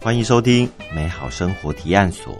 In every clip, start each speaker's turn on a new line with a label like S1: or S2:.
S1: 欢迎收听美好生活提案所。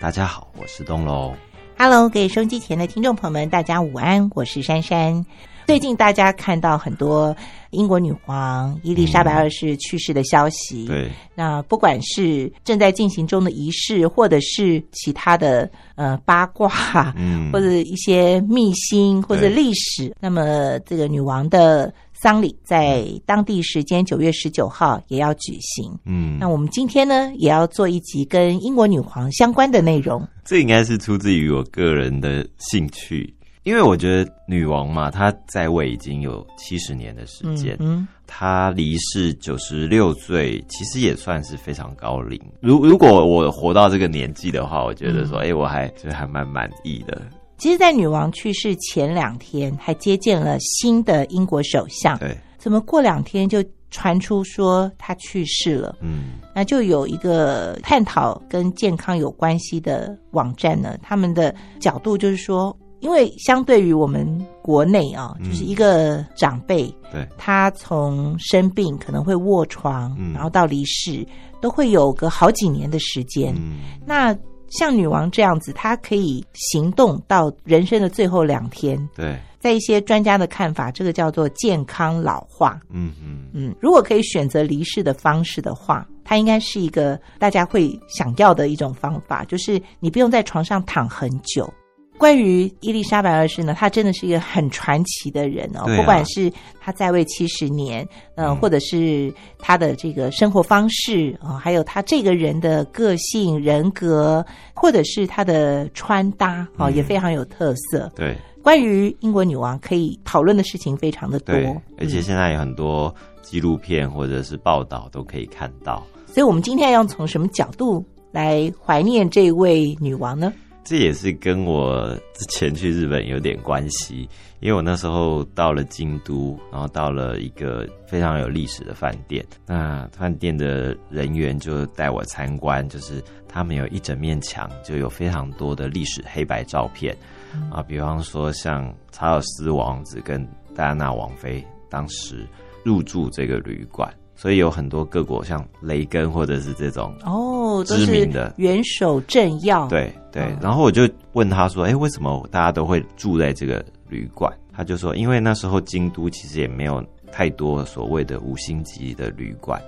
S1: 大家好，我是东龙。
S2: Hello，给收音机前的听众朋友们，大家午安，我是珊珊。最近大家看到很多英国女皇伊丽莎白二世去世的消息，
S1: 嗯对，
S2: 那不管是正在进行中的仪式，或者是其他的呃八卦，
S1: 嗯
S2: 或者一些秘辛，或者
S1: 对
S2: 历史，那么这个女王的丧礼在当地时间九月十九号也要举行。
S1: 嗯
S2: 那，我们今天呢，也要做一集跟英国女皇相关的内容。
S1: 这应该是出自于我个人的兴趣，因为我觉得女王嘛，她在位已经有七十年的时间，
S2: 嗯
S1: 她离世九十六岁，其实也算是非常高龄。如如果我活到这个年纪的话，我觉得说，
S2: 嗯
S1: 哎、我还觉得还蛮满意的。
S2: 其实，在女王去世前两天，还接见了新的英国首相。
S1: 对，
S2: 怎么过两天就传出说她去世了？
S1: 嗯，
S2: 那就有一个探讨跟健康有关系的网站呢，他们的角度就是说，因为相对于我们国内啊，
S1: 嗯
S2: 就是一个长辈，
S1: 对，
S2: 他从生病可能会卧床，
S1: 嗯
S2: 然后到离世，都会有个好几年的时间。
S1: 嗯，
S2: 那像女王这样子，她可以行动到人生的最后两天，
S1: 对，
S2: 在一些专家的看法，这个叫做健康老化。
S1: 嗯嗯，
S2: 嗯，如果可以选择离世的方式的话，它应该是一个大家会想要的一种方法，就是你不用在床上躺很久。关于伊丽莎白二世呢，她真的是一个很传奇的人哦，
S1: 对啊
S2: 不管是她在位七十年，
S1: 嗯
S2: 嗯，或者是她的这个生活方式啊、哦还有她这个人的个性、人格，或者是她的穿搭哦，
S1: 嗯
S2: 也非常有特色。
S1: 对。
S2: 关于英国女王可以讨论的事情非常的多
S1: 对，，而且
S2: 嗯
S1: 现在有很多纪录片或者是报道都可以看到。
S2: 所以我们今天要从什么角度来怀念这位女王呢？
S1: 这也是跟我之前去日本有点关系，因为我那时候到了京都，然后到了一个非常有历史的饭店，那饭店的人员就带我参观，就是他们有一整面墙就有非常多的历史黑白照片啊，比方说像查尔斯王子跟戴安娜王妃当时入住这个旅馆。所以有很多各国像雷根或者是这种
S2: 哦，都
S1: 知
S2: 是
S1: 名的
S2: 元首政要，，
S1: 对对
S2: 嗯，
S1: 然后我就问他说：“哎，为什么大家都会住在这个旅馆？”他就说：“因为那时候京都其实也没有太多所谓的五星级的旅馆，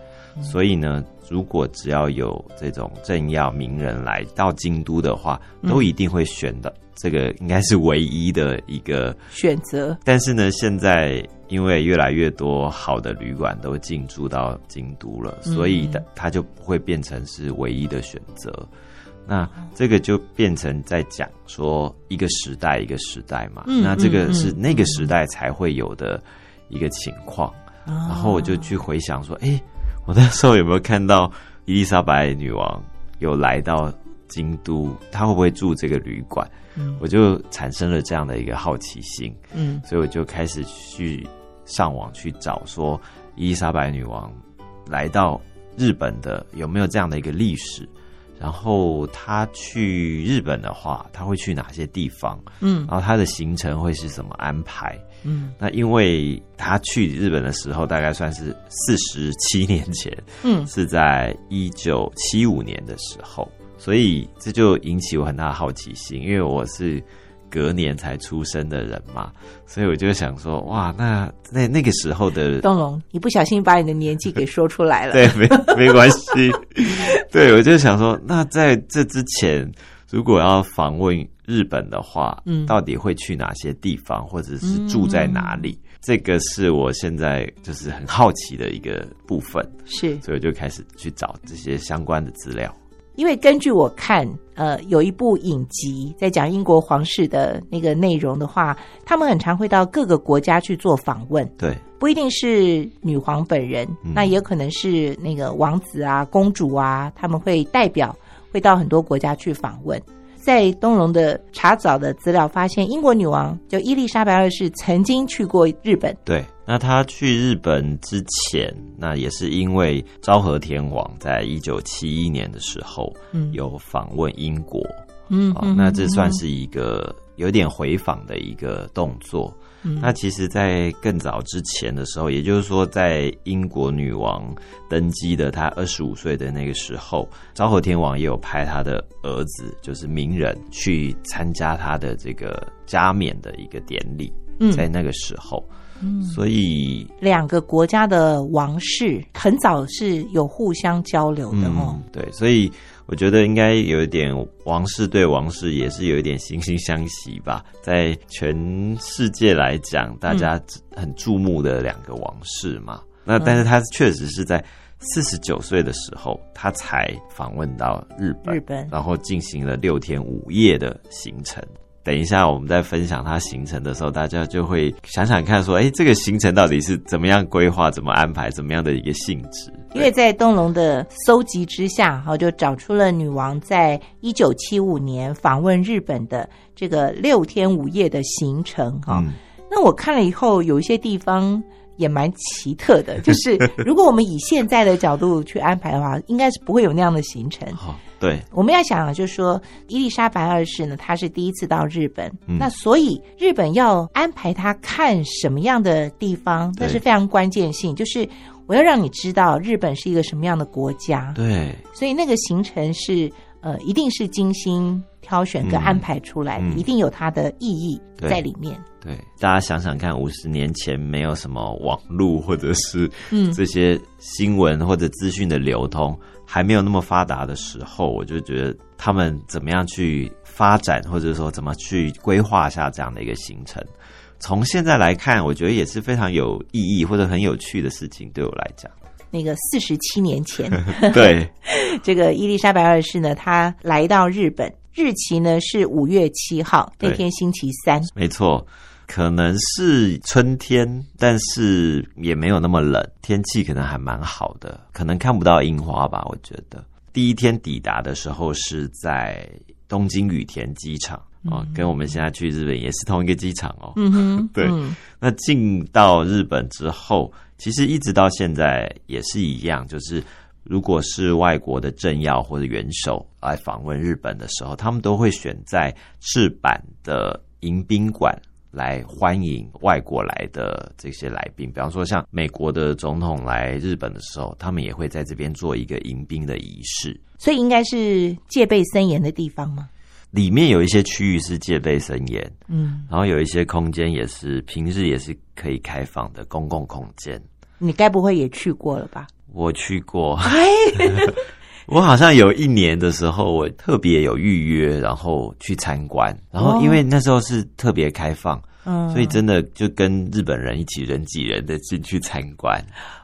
S1: 所以呢，如果只要有这种政要名人来到京都的话，都一定会选的。这个应该是唯一的一个。
S2: 选择
S1: 但是呢，现在因为越来越多好的旅馆都进驻到京都了，
S2: 嗯
S1: 所以的它就不会变成是唯一的选择。那这个就变成在讲说一个时代一个时代嘛，
S2: 嗯
S1: 那这个
S2: 嗯
S1: 是
S2: 嗯
S1: 那个时代才会有的一个情况。
S2: 然
S1: 然后我就去回想说，哎、我那时候有没有看到伊丽莎白女王有来到京都，她会不会住这个旅馆？
S2: 嗯
S1: 我就产生了这样的一个好奇心，
S2: 嗯
S1: 所以我就开始去上网去找说伊丽莎白女王来到日本的有没有这样的一个历史。然后她去日本的话，她会去哪些地方？
S2: 嗯
S1: 然后她的行程会是怎么安排？
S2: 嗯
S1: 那因为他去日本的时候，大概算是四十七年前，
S2: 嗯
S1: 是在一九七五年的时候，所以这就引起我很大的好奇心，因为我是隔年才出生的人嘛，所以我就想说，哇，那那那个时候的
S2: 东龙，你不小心把你的年纪给说出来了，，
S1: 对，没没关系。对，我就想说，那在这之前，如果要访问日本的话，
S2: 嗯
S1: 到底会去哪些地方，或者是住在哪里？这个是我现在就是很好奇的一个部分，
S2: 是
S1: 所以我就开始去找这些相关的资料。
S2: 因为根据我看，呃，有一部影集在讲英国皇室的那个内容的话，他们很常会到各个国家去做访问，
S1: 对，
S2: 不一定是女皇本人，
S1: 嗯
S2: 那也可能是那个王子啊、公主啊，他们会代表会到很多国家去访问。在东龙的查找的资料发现，英国女王就伊丽莎白二世曾经去过日本，
S1: 对，那他去日本之前，那也是因为昭和天皇在一九七一年的时候
S2: 嗯
S1: 有访问英国，
S2: 嗯
S1: 啊，那这算是一个有点回访的一个动作。
S2: 嗯
S1: 那其实，在更早之前的时候，也就是说，在英国女王登基的她二十五岁的那个时候，昭和天王也有派他的儿子，就是鸣人，去参加他的这个加冕的一个典礼。在
S2: 嗯
S1: 那个时候，
S2: 嗯，
S1: 所以
S2: 两个国家的王室很早是有互相交流的哦。
S1: 嗯，对，所以我觉得应该有一点王室对王室也是有一点惺惺相惜吧，在全世界来讲，大家
S2: 嗯
S1: 很注目的两个王室嘛。那但是他确实是在四十九岁的时候，他才访问到日本，
S2: 日本
S1: 然后进行了六天五夜的行程。等一下，我们在分享他行程的时候，大家就会想想看，说，哎，这个行程到底是怎么样规划、怎么安排、怎么样的一个性质？
S2: 因为在东龙的搜集之下，哈，就找出了女王在一九七五年访问日本的这个六天五夜的行程，哈、
S1: 嗯
S2: 那我看了以后，有一些地方也蛮奇特的，就是如果我们以现在的角度去安排的话，应该是不会有那样的行程。
S1: 好、对，
S2: 我们要想啊，就是说伊丽莎白二世呢，她是第一次到日本，
S1: 嗯
S2: 那所以日本要安排她看什么样的地方，
S1: 对
S2: 那是非常关键性，就是我要让你知道日本是一个什么样的国家，
S1: 对，
S2: 所以那个行程是呃，一定是精心挑选
S1: 嗯
S2: 跟安排出来的，
S1: 嗯
S2: 一定有它的意义
S1: 对
S2: 在里面。
S1: 对，大家想想看，五十年前没有什么网络或者是
S2: 嗯
S1: 这些新闻或者资讯的流通，还没有那么发达的时候，我就觉得他们怎么样去发展，或者说怎么去规划下这样的一个行程。从现在来看，我觉得也是非常有意义或者很有趣的事情，对我来讲。
S2: 那个四十七年前，
S1: 对，
S2: 这个伊丽莎白二世呢，她来到日本，日期呢是五月七号，那
S1: 对
S2: 天星期三。
S1: 没错，可能是春天，但是也没有那么冷，天气可能还蛮好的，可能看不到樱花吧。我觉得第一天抵达的时候是在东京羽田机场啊、哦跟我们现在去日本也是同一个机场哦。
S2: 嗯哼，
S1: 对
S2: 嗯
S1: 那进到日本之后，其实一直到现在也是一样，就是如果是外国的政要或者元首来访问日本的时候，他们都会选在赤坂的迎宾馆。来欢迎外国来的这些来宾，比方说像美国的总统来日本的时候，他们也会在这边做一个迎宾的仪式。
S2: 所以应该是戒备森严的地方吗？
S1: 里面有一些区域是戒备森严，
S2: 嗯，
S1: 然后有一些空间也是平日也是可以开放的公共空间。
S2: 你该不会也去过了吧？
S1: 我去过，
S2: 哎
S1: 我好像有一年的时候，我特别有预约，然后去参观。然后因为那时候是特别开放，
S2: 嗯，
S1: 所以真的就跟日本人一起人挤人的进去参观。嗯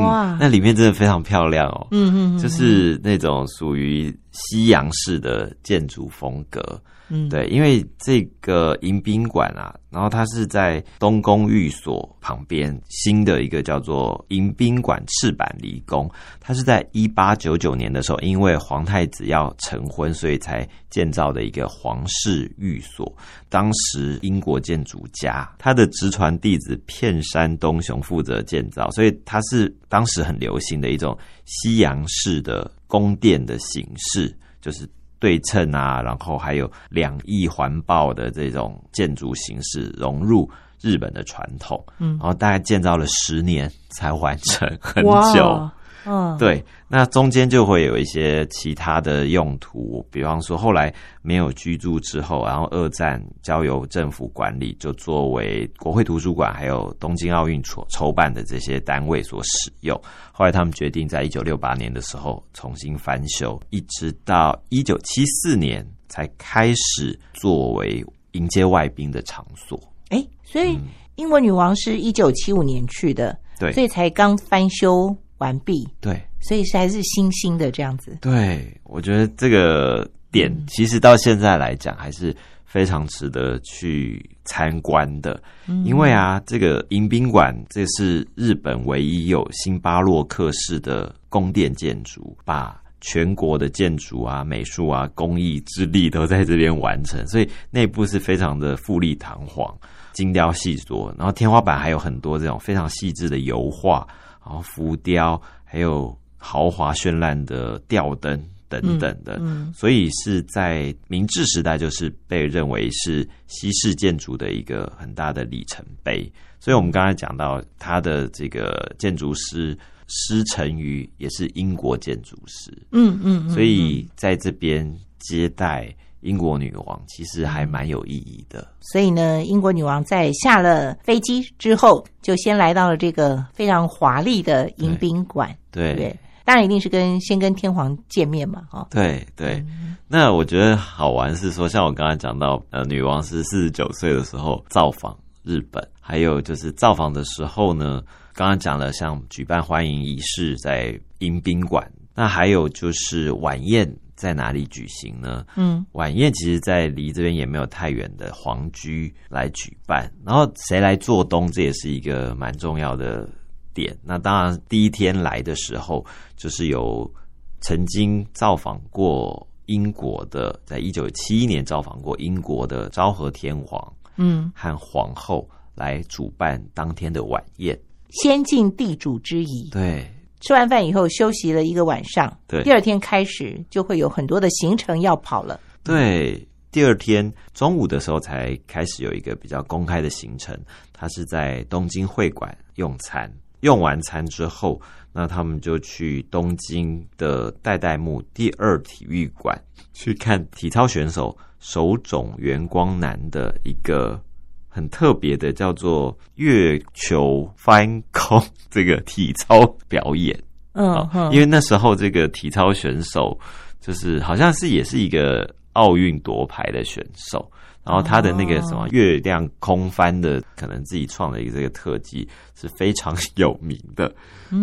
S2: 哇
S1: 那里面真的非常漂亮哦，
S2: 嗯嗯嗯，
S1: 就是那种属于西洋式的建筑风格。
S2: 嗯，
S1: 对，因为这个迎宾馆啊，然后它是在东宫寓所旁边新的一个叫做迎宾馆赤坂离宫，它是在一八九九年的时候，因为皇太子要成婚，所以才建造的一个皇室寓所。当时英国建筑家他的直传弟子片山东雄负责建造，所以它是当时很流行的一种西洋式的宫殿的形式，就是对称啊，然后还有两翼环抱的这种建筑形式融入日本的传统，
S2: 嗯
S1: 然后大概建造了十年才完成，很
S2: 哇
S1: 久。，
S2: 嗯，，
S1: 对，那中间就会有一些其他的用途，比方说后来没有居住之后，然后二战交由政府管理，就作为国会图书馆还有东京奥运筹筹办的这些单位所使用。后来他们决定在一九六八年的时候重新翻修，一直到一九七四年才开始作为迎接外宾的场所。
S2: 哎，所以英国女王是一九七五年去的，
S1: 对
S2: 所以才刚翻修完毕，
S1: 对，
S2: 所以是还是新兴的这样子。
S1: 对，我觉得这个点其实到现在来讲还是非常值得去参观的，因为啊，这个迎宾馆这是日本唯一有新巴洛克式的宫殿建筑，把。全国的建筑啊、美术啊、工艺之力都在这边完成，所以内部是非常的富丽堂皇、精雕细琢。然后天花板还有很多这种非常细致的油画，然后浮雕，还有豪华绚烂的吊灯等等的，
S2: 嗯
S1: 所以是在明治时代就是被认为是西式建筑的一个很大的里程碑。所以我们刚才讲到他的这个建筑师施承于也是英国建筑师，
S2: 嗯嗯，嗯
S1: 所以在这边接待英国女王其实还蛮有意义的。
S2: 所以呢，英国女王在下了飞机之后，就先来到了这个非常华丽的迎宾馆，对不
S1: 对
S2: 对，当然一定是跟先跟天皇见面嘛，哈、哦，
S1: 对对，
S2: 嗯
S1: 那我觉得好玩是说，像我刚才讲到，呃，女王是四十九岁的时候造访日本，还有就是造访的时候呢，刚刚讲了像举办欢迎仪式在迎宾馆，那还有就是晚宴在哪里举行呢？
S2: 嗯
S1: 晚宴其实，在离这边也没有太远的皇居来举办，然后谁来做东，这也是一个蛮重要的点。那当然，第一天来的时候，就是有曾经造访过英国的，在一九七一年造访过英国的昭和天皇
S2: 嗯，
S1: 和皇后来主办当天的晚宴。
S2: 先尽地主之谊。
S1: 对
S2: 吃完饭以后休息了一个晚上，
S1: 对
S2: 第二天开始就会有很多的行程要跑了。
S1: 对，第二天中午的时候才开始有一个比较公开的行程，他是在东京会馆用餐。用完餐之后，那他们就去东京的代代木第二体育馆去看体操选手手冢圆光男的一个很特别的叫做月球翻空这个体操表演。
S2: 嗯
S1: 啊，
S2: 嗯
S1: 因为那时候这个体操选手就是好像是也是一个奥运夺牌的选手，然后他的那个什么月亮空翻的，可能自己创了一个这个特技是非常有名的，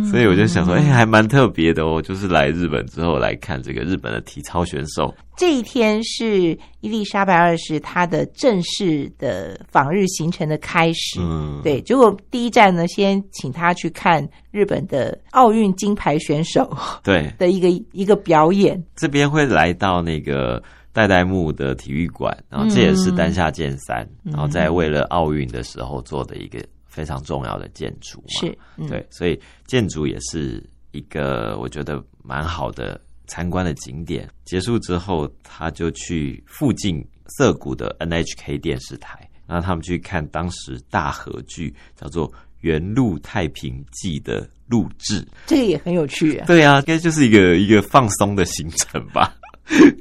S1: 所以我就想说，哎、还蛮特别的哦，就是来日本之后来看这个日本的体操选手，
S2: 这一天是伊丽莎白二世她的正式的访日行程的开始。
S1: 嗯，
S2: 对，结果第一站呢，先请她去看日本的奥运金牌选手
S1: 对，
S2: 的一个一个表演。
S1: 这边会来到那个代代木的体育馆，然后这也是丹下健三，然后在为了奥运的时候做的一个非常重要的建筑嘛，
S2: 是，嗯、
S1: 对，所以建筑也是一个我觉得蛮好的参观的景点。结束之后，他就去附近涩谷的 NHK 电视台，然后他们去看当时大和剧叫做《原路太平记》的录制。
S2: 这个也很有 趣、啊。
S1: 对啊，应该就是一个一个放松的行程吧。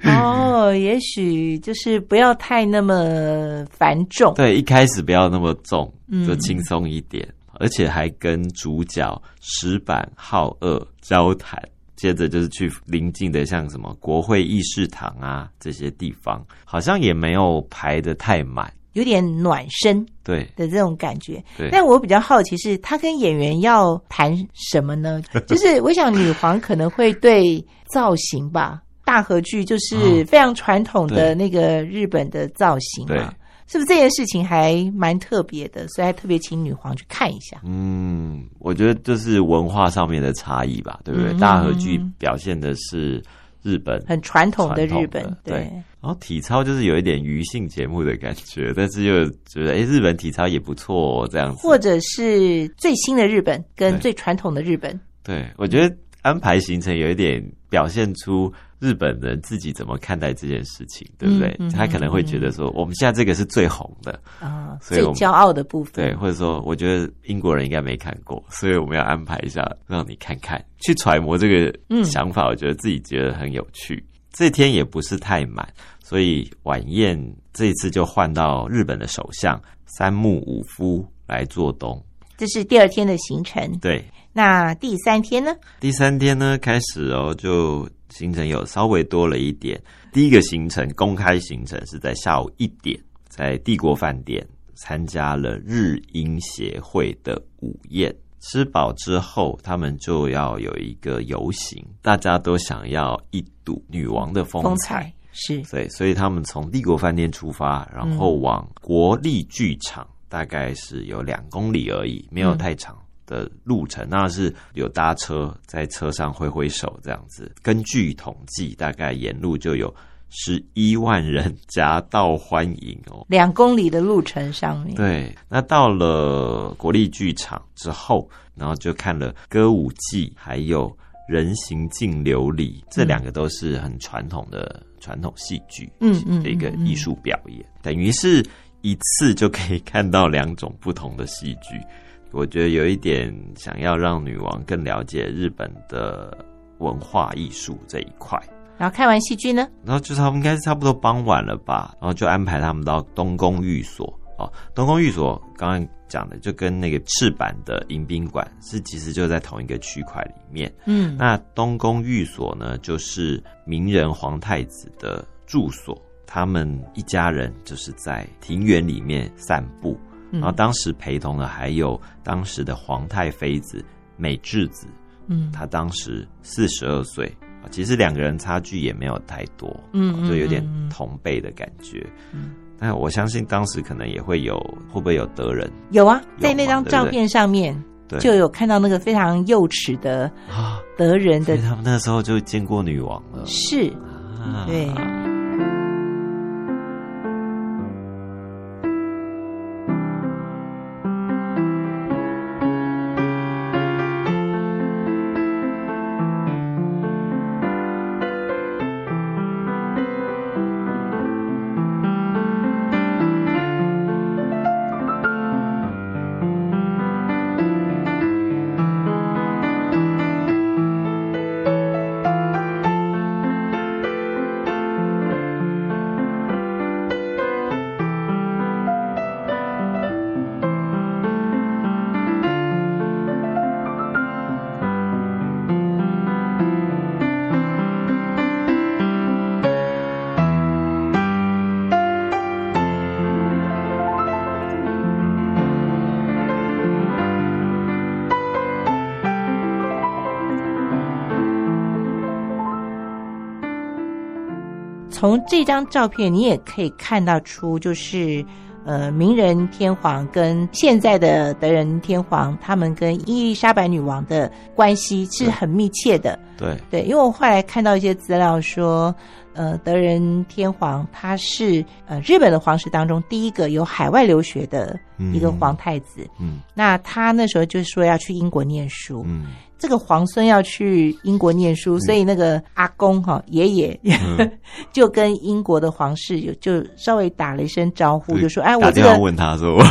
S2: 哦，也许就是不要太那么繁重。
S1: 对，一开始不要那么重，
S2: 嗯
S1: 就轻松一点，而且还跟主角石板浩二交谈。接着就是去邻近的像什么国会议事堂啊这些地方，好像也没有排的太满。
S2: 有点暖身
S1: 对
S2: 的这种感觉。
S1: 对，
S2: 但我比较好奇是，他跟演员要谈什么呢？ 就是我想女皇可能会对造型吧，大和剧就是非常传统
S1: 对
S2: 的那个日本的造型
S1: 嗯对
S2: 嘛，是不是这件事情还蛮特别的？所以还特别请女皇去看一下。
S1: 嗯，我觉得就是文化上面的差异吧，对不对？
S2: 嗯
S1: 大和剧表现的是日本，
S2: 很传统的日
S1: 传
S2: 本
S1: 统的，
S2: 对
S1: 对然后体操就是有一点娱性节目的感觉，但是又觉得哎，诶日本体操也不错、哦、这样子。
S2: 或者是最新的日本跟
S1: 对
S2: 最传统的日本，
S1: 对，我觉得安排行程有一点表现出日本人自己怎么看待这件事情，对不对？
S2: 嗯嗯
S1: 他可能会觉得说，我们现在这个是最红的，
S2: 啊、
S1: 所以
S2: 最
S1: 我们
S2: 骄傲的部分。
S1: 对，或者说，我觉得英国人应该没看过，所以我们要安排一下，让你看看，去揣摩这
S2: 嗯
S1: 个想法，我觉得自己觉得很有趣。这天也不是太满，所以晚宴这一次就换到日本的首相三木武夫来做东。
S2: 这是第二天的行程。
S1: 对，
S2: 那第三天呢？
S1: 第三天呢，开始哦，就行程有稍微多了一点。第一个行程，公开行程是在下午一点，在帝国饭店参加了日英协会的午宴。吃饱之后，他们就要有一个游行，大家都想要一睹女王的风
S2: 风
S1: 采。
S2: 采是
S1: 对，所以他们从帝国饭店出发，然后往国立剧场，大概是有两公里而已，没有太长的路程。那是有搭车，在车上挥挥手这样子。根据统计，大概沿路就有十一万人夹道欢迎哦。
S2: 两公里的路程上面。
S1: 对，那到了国立剧场之后，然后就看了歌舞伎，还有人形净琉璃，这两个都是很传统的传统戏剧，
S2: 嗯嗯
S1: 的一个艺术表演，等于是一次就可以看到两种不同的戏剧。我觉得有一点想要让女王更了解日本的文化艺术这一块。
S2: 然后看完戏剧呢，
S1: 然后就是他们应该是差不多傍晚了吧，然后就安排他们到东宫寓所哦。东宫寓所刚刚讲的就跟那个赤坂的迎宾馆是其实就在同一个区块里面。
S2: 嗯
S1: 那东宫寓所呢，就是明仁皇太子的住所，他们一家人就是在庭园里面散步，
S2: 嗯
S1: 然后当时陪同的还有当时的皇太妃子美智子，
S2: 嗯
S1: 他当时四十二岁，啊其实两个人差距也没有太多，
S2: 嗯嗯
S1: 就有点
S2: 嗯嗯
S1: 同辈的感觉。
S2: 嗯
S1: 但我相信当时可能也会有，会不会有得人？
S2: 有啊，
S1: 有
S2: 在那
S1: 嘛对
S2: 张
S1: 不
S2: 照
S1: 对
S2: 片上面
S1: 啊对
S2: 就有看到那个非常幼齿的
S1: 啊，
S2: 德人
S1: 所
S2: 的
S1: 以他们那时候就见过女王了
S2: 是
S1: 啊。
S2: 对从这张照片，你也可以看到出，就是呃，明仁天皇跟现在的德仁天皇，他们跟伊丽莎白女王的关系是很密切的。
S1: 对，
S2: 对，因为我后来看到一些资料说，呃，德仁天皇他是呃日本的皇室当中第一个有海外留学的一个
S1: 嗯
S2: 皇太子。
S1: 嗯
S2: 那他那时候就说要去英国念书，
S1: 嗯，
S2: 这个皇孙要去英国念书，所以那个阿公哈、爷爷、
S1: 嗯
S2: 就跟英国的皇室有就稍微打了一声招呼，就说：“哎，我
S1: 打
S2: 这
S1: 电话
S2: 个
S1: 问他说， 我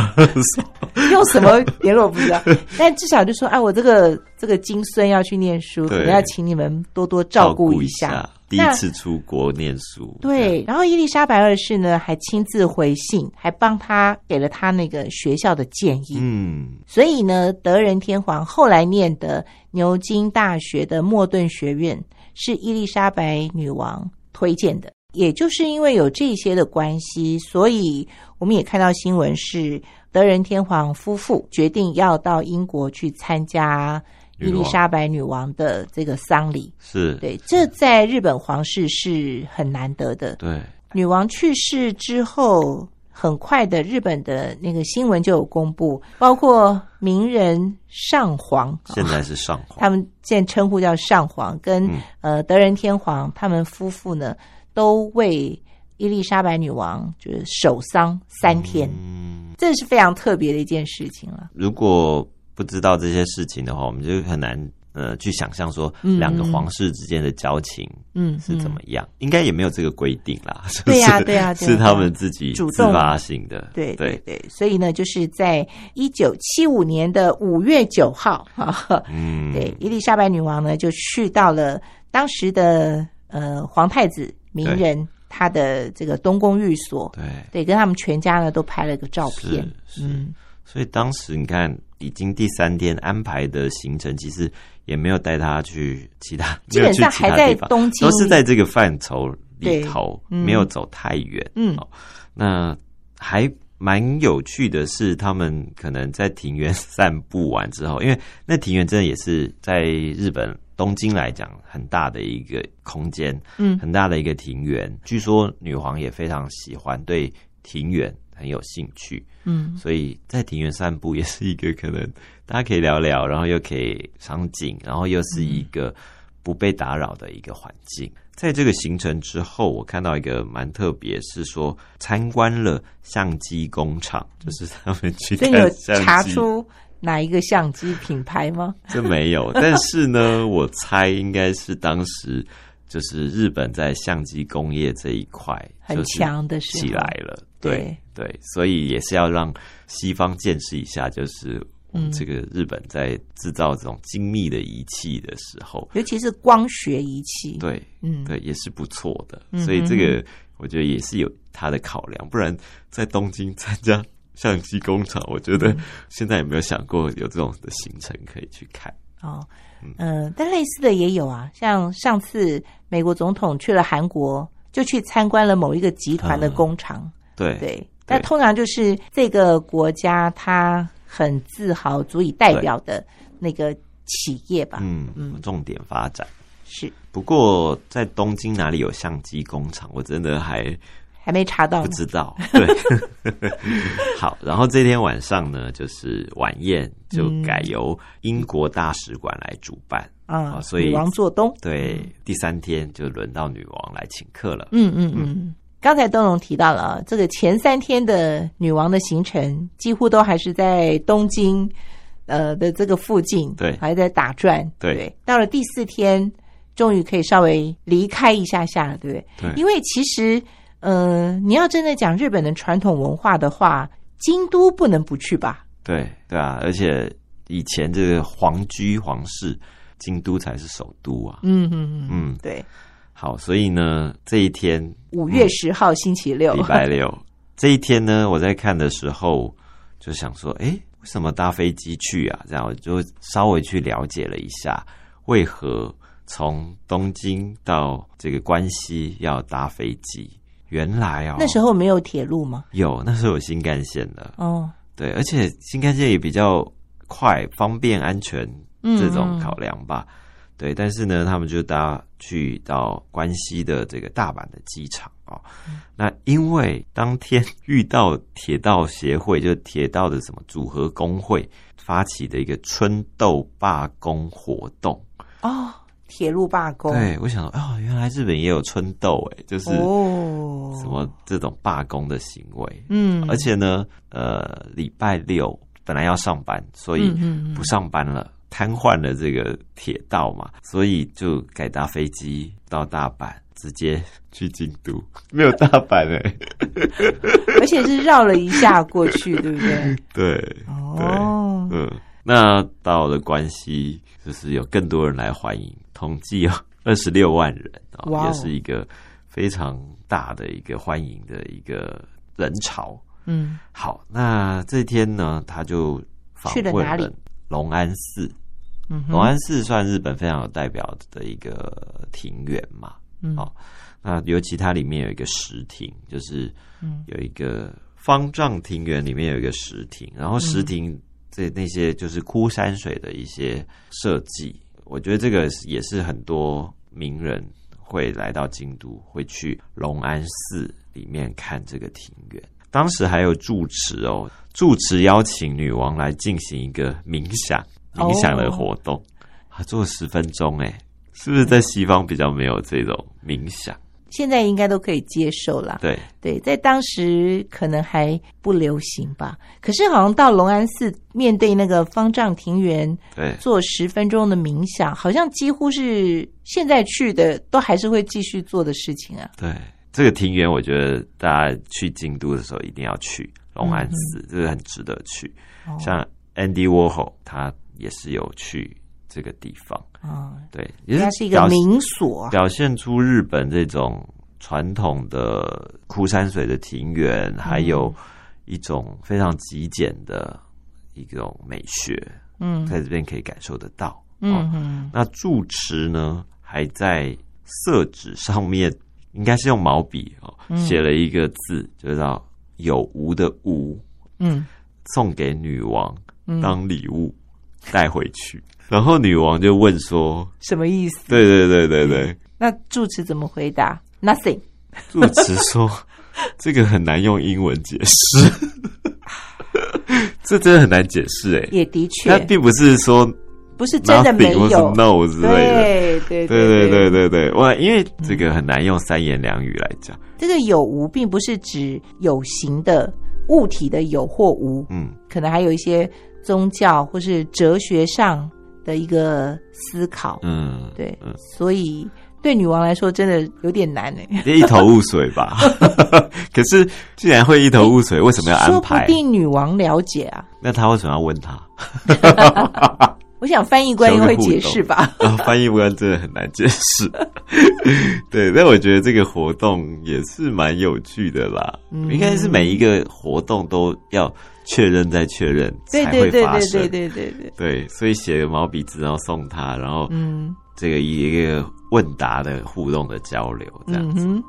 S2: 用 什么联络我不知道，但至少就说：哎，我这个这个金孙要去念书，可
S1: 对
S2: 能要请你们多多 照顾一下。”。
S1: 第一
S2: 那
S1: 次出国念书，这样，
S2: 对，然后伊丽莎白二世呢还亲自回信，还帮他给了他那个学校的建议。
S1: 嗯，
S2: 所以呢，德仁天皇后来念的牛津大学的莫顿学院是伊丽莎白女王推荐的。也就是因为有这些的关系，所以我们也看到新闻是德仁天皇夫妇决定要到英国去参加伊丽莎白女王的这个丧礼。
S1: 是，
S2: 对，这在日本皇室是很难得的。
S1: 对，
S2: 女王去世之后，很快的，日本的那个新闻就有公布，包括名人上皇，啊
S1: 现在是上皇，
S2: 他们现在称呼叫上皇，跟、
S1: 嗯
S2: 呃德仁天皇他们夫妇呢，都为伊丽莎白女王就是守丧三天，
S1: 嗯。
S2: 这是非常特别的一件事情了。
S1: 如果不知道这些事情的话，我们就很难呃去想象说
S2: 嗯
S1: 两个皇室之间的交情
S2: 嗯，
S1: 是怎
S2: 嗯
S1: 么样，应该也没有这个规定啦。就是
S2: 对呀对呀对呀
S1: 是他们自己
S2: 主
S1: 自
S2: 动
S1: 发性的，
S2: 对对
S1: 对，
S2: 对，所以呢，就是在一九七五年的五月九号，啊哈，
S1: 嗯，
S2: 对，伊丽莎白女王呢就去到了当时的呃皇太子名人他的这个东宫寓所，
S1: 对，
S2: 对，跟他们全家呢都拍了个照片
S1: 是，是
S2: 嗯，
S1: 所以当时你看，已经第三天安排的行程，其实也没有带他去其他，
S2: 基本上
S1: 没有去其
S2: 还
S1: 他
S2: 在
S1: 地方，
S2: 东京，
S1: 都是在这个范畴
S2: 对
S1: 里头，
S2: 嗯
S1: 没有走太远。
S2: 嗯
S1: 哦那还蛮有趣的是，他们可能在庭园散步完之后，因为那庭园真的也是在日本东京来讲很大的一个空间，
S2: 嗯
S1: 很大的一个庭园。据说女皇也非常喜欢，对庭园很有兴趣，
S2: 嗯
S1: 所以在庭园散步也是一个可能大家可以聊聊，然后又可以赏景，然后又是一个不被打扰的一个环境。在这个行程之后，我看到一个蛮特别，是说参观了相机工厂，就是他们去
S2: 所以
S1: 看
S2: 嗯你有
S1: 相
S2: 查
S1: 机。
S2: 出哪一个相机品牌吗？
S1: 这没 有，但是呢，我猜应该是当时就是日本在相机工业这一块
S2: 很强的时
S1: 起
S2: 候
S1: 来了，对对，所以也是要让西方见识一下，就是
S2: 嗯
S1: 这个日本在制造这种精密的仪器的时候，
S2: 尤其是光学仪器，，
S1: 对
S2: 嗯，
S1: 对，也是不错的，
S2: 嗯
S1: 所以这个我觉得也是有它的考量，不然在东京参加。相机工厂，我觉
S2: 嗯
S1: 得现在有没有想过有这种的行程可以去看？
S2: 哦，嗯、但类似的也有啊，像上次美国总统去了韩国，就去参观了某一个集团
S1: 嗯
S2: 的工厂，
S1: 对
S2: 对，那通常就是这个国家它很自豪、足以代表的那个企业吧，
S1: 嗯
S2: 嗯，
S1: 重点发展。
S2: 是
S1: 不过在东京哪里有相机工厂，我真的还
S2: 还没查到
S1: 不
S2: 呢，
S1: 知道。 对，好，然后这天晚上呢，就是晚宴就
S2: 嗯
S1: 改由英国大使馆来主办。
S2: 啊，
S1: 所以
S2: 女王做东，
S1: 对，第三天就轮到女王来请客了。
S2: 嗯嗯嗯。刚才东龙提到了啊这个前三天的女王的行程，几乎都还是在东京，呃的这个附近，
S1: 对
S2: 还在打转，
S1: 对
S2: 到了第四天，终于可以稍微离开一下下了，对不对？
S1: 对
S2: 因为其实，呃，你要真的讲日本的传统文化的话，京都不能不去吧？
S1: 对对啊，而且以前这个皇居皇室，京都才是首都啊。
S2: 嗯嗯嗯，
S1: 嗯，
S2: 对。
S1: 好，所以呢，这一天
S2: 五月十号星期六，
S1: 嗯礼拜六这一天呢，我在看的时候就想说，诶，为什么搭飞机去啊？这样我就稍微去了解了一下，为何从东京到这个关西要搭飞机？原来哦，
S2: 那时候没有铁路吗？
S1: 有，那时候有新干线的，
S2: 哦，
S1: 对，而且新干线也比较快、方便、安全
S2: 嗯
S1: 这种考量吧。对，但是呢，他们就搭去到关西的这个大阪的机场哦。
S2: 嗯
S1: 那因为当天遇到铁道协会，就是铁道的什么组合工会发起的一个春斗罢工活动。
S2: 哦，铁路罢工，
S1: 对，我想说，哦，原来日本也有春斗，哎，就是
S2: 哦，
S1: 什么这种罢工的行为。
S2: 嗯，
S1: 而且呢，呃，礼拜六本来要上班，所以
S2: 嗯嗯嗯
S1: 不上班了，瘫痪了这个铁道嘛，所以就改搭飞机到大阪，直接去京都， 没有大阪哎、
S2: 而且是绕了一下过去，对不对？
S1: 对，
S2: 哦，
S1: 嗯，那到了关西，就是有更多人来欢迎，统计啊， 二十六万人啊、
S2: 哇哦
S1: 也是一个非常大的一个欢迎的一个人潮。
S2: 嗯，
S1: 好，那这天呢，他就访
S2: 去了
S1: 问
S2: 哪里
S1: 了龙安寺。
S2: 嗯哼
S1: 龙安寺算日本非常有代表的一个庭园嘛。
S2: 嗯
S1: 哦，那尤其它里面有一个石亭，就是
S2: 嗯
S1: 有一个方丈庭园里面有一个石亭，然后石亭这那些就是枯山水的一些设计，我觉得这个也是很多名人会来到京都，会去龙安寺里面看这个庭园。当时还有住持哦，住持邀请女王来进行一个冥想
S2: 哦
S1: 冥想的活动，啊，做十分钟哎，是不是在西方比较没有这种冥想？
S2: 现在应该都可以接受啦。
S1: 对，
S2: 对，在当时可能还不流行吧。可是好像到龙安寺面对那个方丈庭园
S1: 对，
S2: 做十分钟的冥想，好像几乎是现在去的都还是会继续做的事情啊。
S1: 对，这个庭园，我觉得大家去京都的时候一定要去龙安寺，
S2: 嗯
S1: 这个很值得去。
S2: 哦
S1: 像 Andy Warhol，他也是有去这个地方，
S2: 啊，
S1: 对，也
S2: 它是一个
S1: 表
S2: 民所，
S1: 表现出日本这种传统的枯山水的庭园，还
S2: 嗯
S1: 有一种非常极简的一种美学，
S2: 嗯
S1: 在这边可以感受得到。
S2: 嗯嗯，
S1: 那住持呢，还在色纸上面，应该是用毛笔哦，
S2: 嗯
S1: 写了一个字，就叫“有无”的“无
S2: 嗯，”，
S1: 送给女王当礼物带回去。然后女王就问说
S2: 什么意思？：“
S1: 对对对对对。
S2: 那住持怎么回答？Nothing。”
S1: 住持说：“这个很难用英文解释， 这真的很难解释哎、
S2: 也的确
S1: 他，并不是说
S2: 不是真的没
S1: nothing 或是
S2: 有。
S1: no 之类的，
S2: 对对
S1: 对
S2: 对
S1: 对对对，哇，因为这个很难用三言两语来讲，
S2: 这个有无并不是指有形的物体的有或无，
S1: 嗯
S2: 可能还有一些宗教或是哲学上的一个思考。
S1: 嗯，
S2: 对
S1: 嗯，
S2: 所以对女王来说真的有点难哎、
S1: 一头雾水吧。 可是既然会一头雾水，为什么要
S2: 说
S1: 安
S2: 不
S1: 排？
S2: 定女王了解啊。
S1: 那他为什么要问他？
S2: 我想翻译官应会解释吧。
S1: 啊，翻译官真的很难解释。对，但我觉得这个活动也是蛮有趣的啦。
S2: 嗯
S1: 应该是每一个活动都要确认再确认
S2: 对
S1: 才
S2: 对
S1: 会
S2: 对
S1: 发
S2: 对
S1: 生
S2: 对。对对对，
S1: 对，所以写个毛笔字，然后送他，然后
S2: 嗯
S1: 这个一个问答的互动的交流，这样
S2: 嗯
S1: 子。
S2: 哼，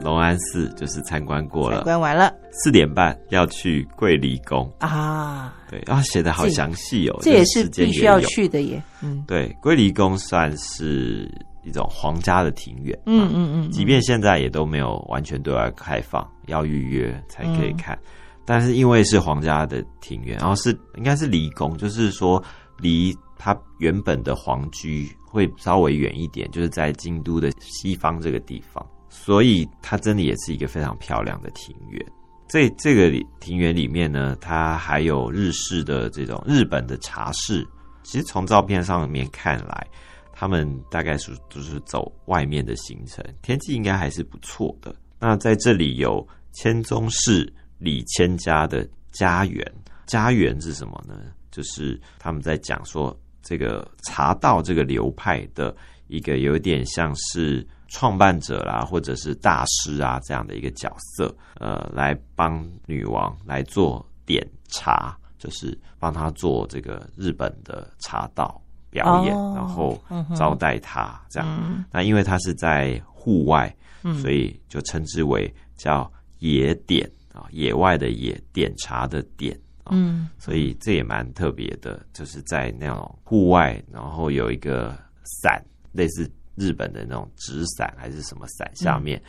S1: 龙安寺就是参观过
S2: 参
S1: 了，
S2: 观完了
S1: 四点半要去桂离宫。
S2: 啊，
S1: 对啊，写的好
S2: 这
S1: 详细哦，
S2: 这也
S1: 就是时间
S2: 必须要
S1: 也有
S2: 去的耶。嗯
S1: 对，龟梨宫算是一种皇家的庭院，
S2: 嗯
S1: 嗯，
S2: 嗯嗯，
S1: 即便现在也都没有完全对外开放，要预约才可以看。但是因为是皇家的庭院，然后是应该是离宫，就是说离它原本的皇居会稍微远一点，就是在京都的西方这个地方，所以它真的也是一个非常漂亮的庭院。这这个里庭园里面呢，它还有日式的这种日本的茶室。其实从照片上面看来，他们大概是就是走外面的行程，天气应该还是不错的。那在这里有千宗室李千家的家园，家园是什么呢？就是他们在讲说这个茶道这个流派的一个有点像是创办者啦，或者是大师啊这样的一个角色，呃，来帮女王来做点茶，就是帮她做这个日本的茶道表演，
S2: 哦
S1: 然后
S2: 嗯哼
S1: 招待她这样。
S2: 嗯
S1: 那因为它是在户外，
S2: 嗯
S1: 所以就称之为叫野点啊，野外的野，点茶的点。
S2: 嗯
S1: 所以这也蛮特别的，就是在那种户外，然后有一个伞，类似日本的那种纸伞还是什么
S2: 嗯
S1: 伞，下面、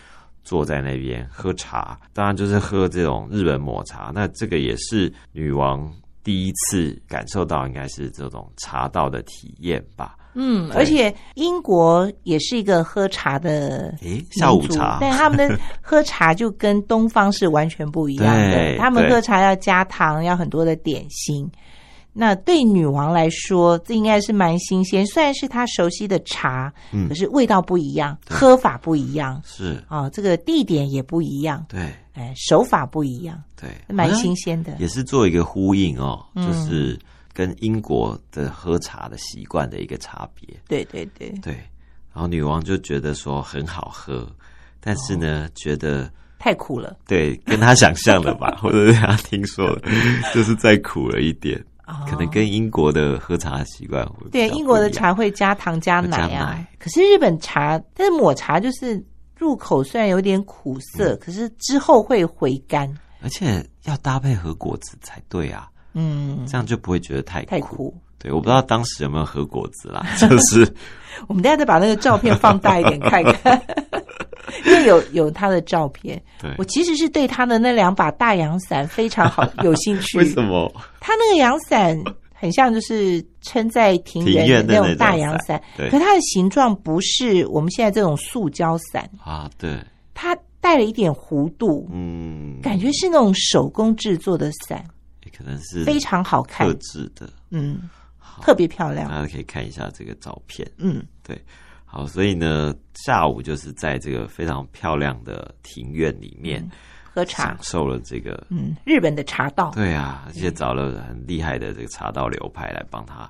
S1: 坐在那边喝茶，当然就是喝这种日本抹茶。那这个也是女王第一次感受到，应该是这种茶道的体验吧？
S2: 嗯，
S1: 对
S2: 而且英国也是一个喝茶的。
S1: 诶，下午茶，
S2: 但他们 的喝茶就跟东方是完全不一样的。
S1: 对
S2: 他们
S1: 对
S2: 喝茶要加糖，要很多的点心。那对女王来说，这应该是蛮新鲜。虽然是她熟悉的茶，
S1: 嗯
S2: 可是味道不一样，喝法不一样
S1: 是，
S2: 啊、这个地点也不一样，
S1: 对
S2: 哎，手法不一样，
S1: 对，啊
S2: 蛮
S1: 好像
S2: 新鲜的。
S1: 也是做一个呼应哦，
S2: 嗯
S1: 就是跟英国的喝茶的习惯的一个差别。
S2: 对对对，
S1: 对，然后女王就觉得说很好喝，但是
S2: 哦
S1: 呢，觉得
S2: 太苦了
S1: 对跟她想象的 吧，或者是她听说的，就是再苦了一点，
S2: 啊，
S1: 可能跟英国的喝茶习惯会比
S2: 对
S1: 较
S2: 英国
S1: 不
S2: 的
S1: 一样
S2: 茶会加糖加奶啊，
S1: 加奶
S2: 可是日本茶，但是抹茶就是入口虽然有点苦
S1: 嗯
S2: 涩，可是之后会回甘，
S1: 而且要搭配和果子才对啊，
S2: 嗯，
S1: 这样就不会觉得太苦。
S2: 太苦。
S1: 对，我不知道当时有没有和果子啦， 就是
S2: 我们大家再把那个照片放大一点看 看，因为有有他的照片。
S1: 对
S2: 我。其实是对他的那两把大阳伞非常好有兴 趣。
S1: 为什？么？
S2: 他那个阳伞很像就是撑在庭
S1: 庭
S2: 园
S1: 院的
S2: 的那
S1: 那
S2: 种
S1: 种
S2: 大阳伞
S1: 伞，对
S2: 可它的形状不是我们现在这种塑胶伞，
S1: 啊，对，
S2: 它带了一点弧度，
S1: 嗯，
S2: 感觉是那种手工制作的伞，
S1: 也可能是
S2: 非常好看
S1: 特，制的，
S2: 嗯，
S1: 好
S2: 特别漂亮，
S1: 大家可以看一下这个照片。
S2: 嗯，
S1: 好，所以呢，下午就是在这个非常漂亮的庭院里面
S2: 嗯喝茶
S1: 享，受了这个，
S2: 嗯，日本的茶道，
S1: 对啊，而且找了很厉害的这个茶道流派来帮他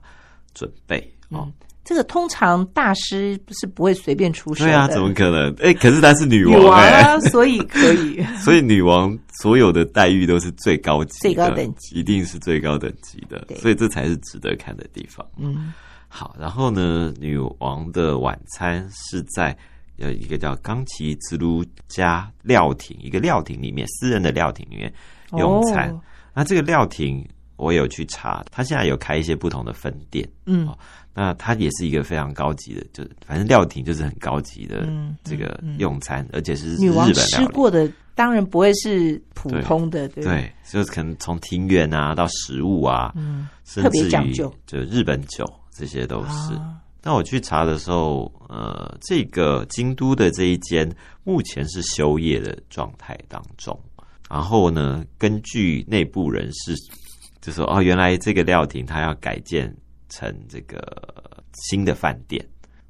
S1: 准备哦
S2: 嗯。这个通常大师是不会随便出手
S1: 对
S2: 的，
S1: 啊，怎么可能？哎，可是她是女
S2: 女王
S1: 王哎，
S2: 啊，所以可 以，
S1: 所以女王所有的待遇都是最高级的，
S2: 最高等级
S1: 一定是最高等级的
S2: 对，
S1: 所以这才是值得看的地方。
S2: 嗯
S1: 好，然后呢，女王的晚餐是在呃一个叫冈崎之路家料亭，一个料亭里面，私人的料亭里面用餐。
S2: 哦
S1: 那这个料亭我有去查，它现在有开一些不同的分店。
S2: 嗯
S1: 那它也是一个非常高级的，就是反正料亭就是很高级的
S2: 嗯，
S1: 这个
S2: 嗯嗯
S1: 用餐，而且是日
S2: 女
S1: 本料
S2: 王
S1: 理。
S2: 吃过的当然不会是普通的，对不对？
S1: 对，就是可能从庭院啊到食物啊，
S2: 嗯，
S1: 甚
S2: 特别
S1: 至
S2: 讲
S1: 于
S2: 究
S1: 就日本酒这些都是。
S2: 啊
S1: 那我去查的时候，呃，这个京都的这一间目前是休业的状态当中。然后呢，根据内部人士就说，哦，原来这个料亭它要改建成这个新的饭店，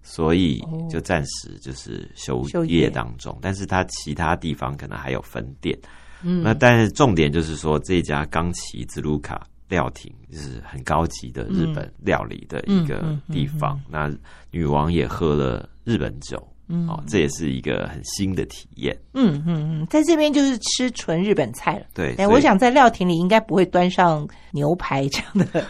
S1: 所以
S2: 哦
S1: 就暂时就是休
S2: 休业
S1: 业当中。但是它其他地方可能还有分店。
S2: 嗯，
S1: 那但是重点就是说，这家冈崎之路卡料亭就是很高级的日本料理的一
S2: 嗯
S1: 个地方。那女王也喝了日本酒，
S2: 嗯
S1: 哦，这也是一个很新的体验。
S2: 嗯嗯嗯，在这边就是吃纯日本菜了。
S1: 对，所
S2: 哎，
S1: 以
S2: 我，想在料亭里应该不会端上牛排这样的，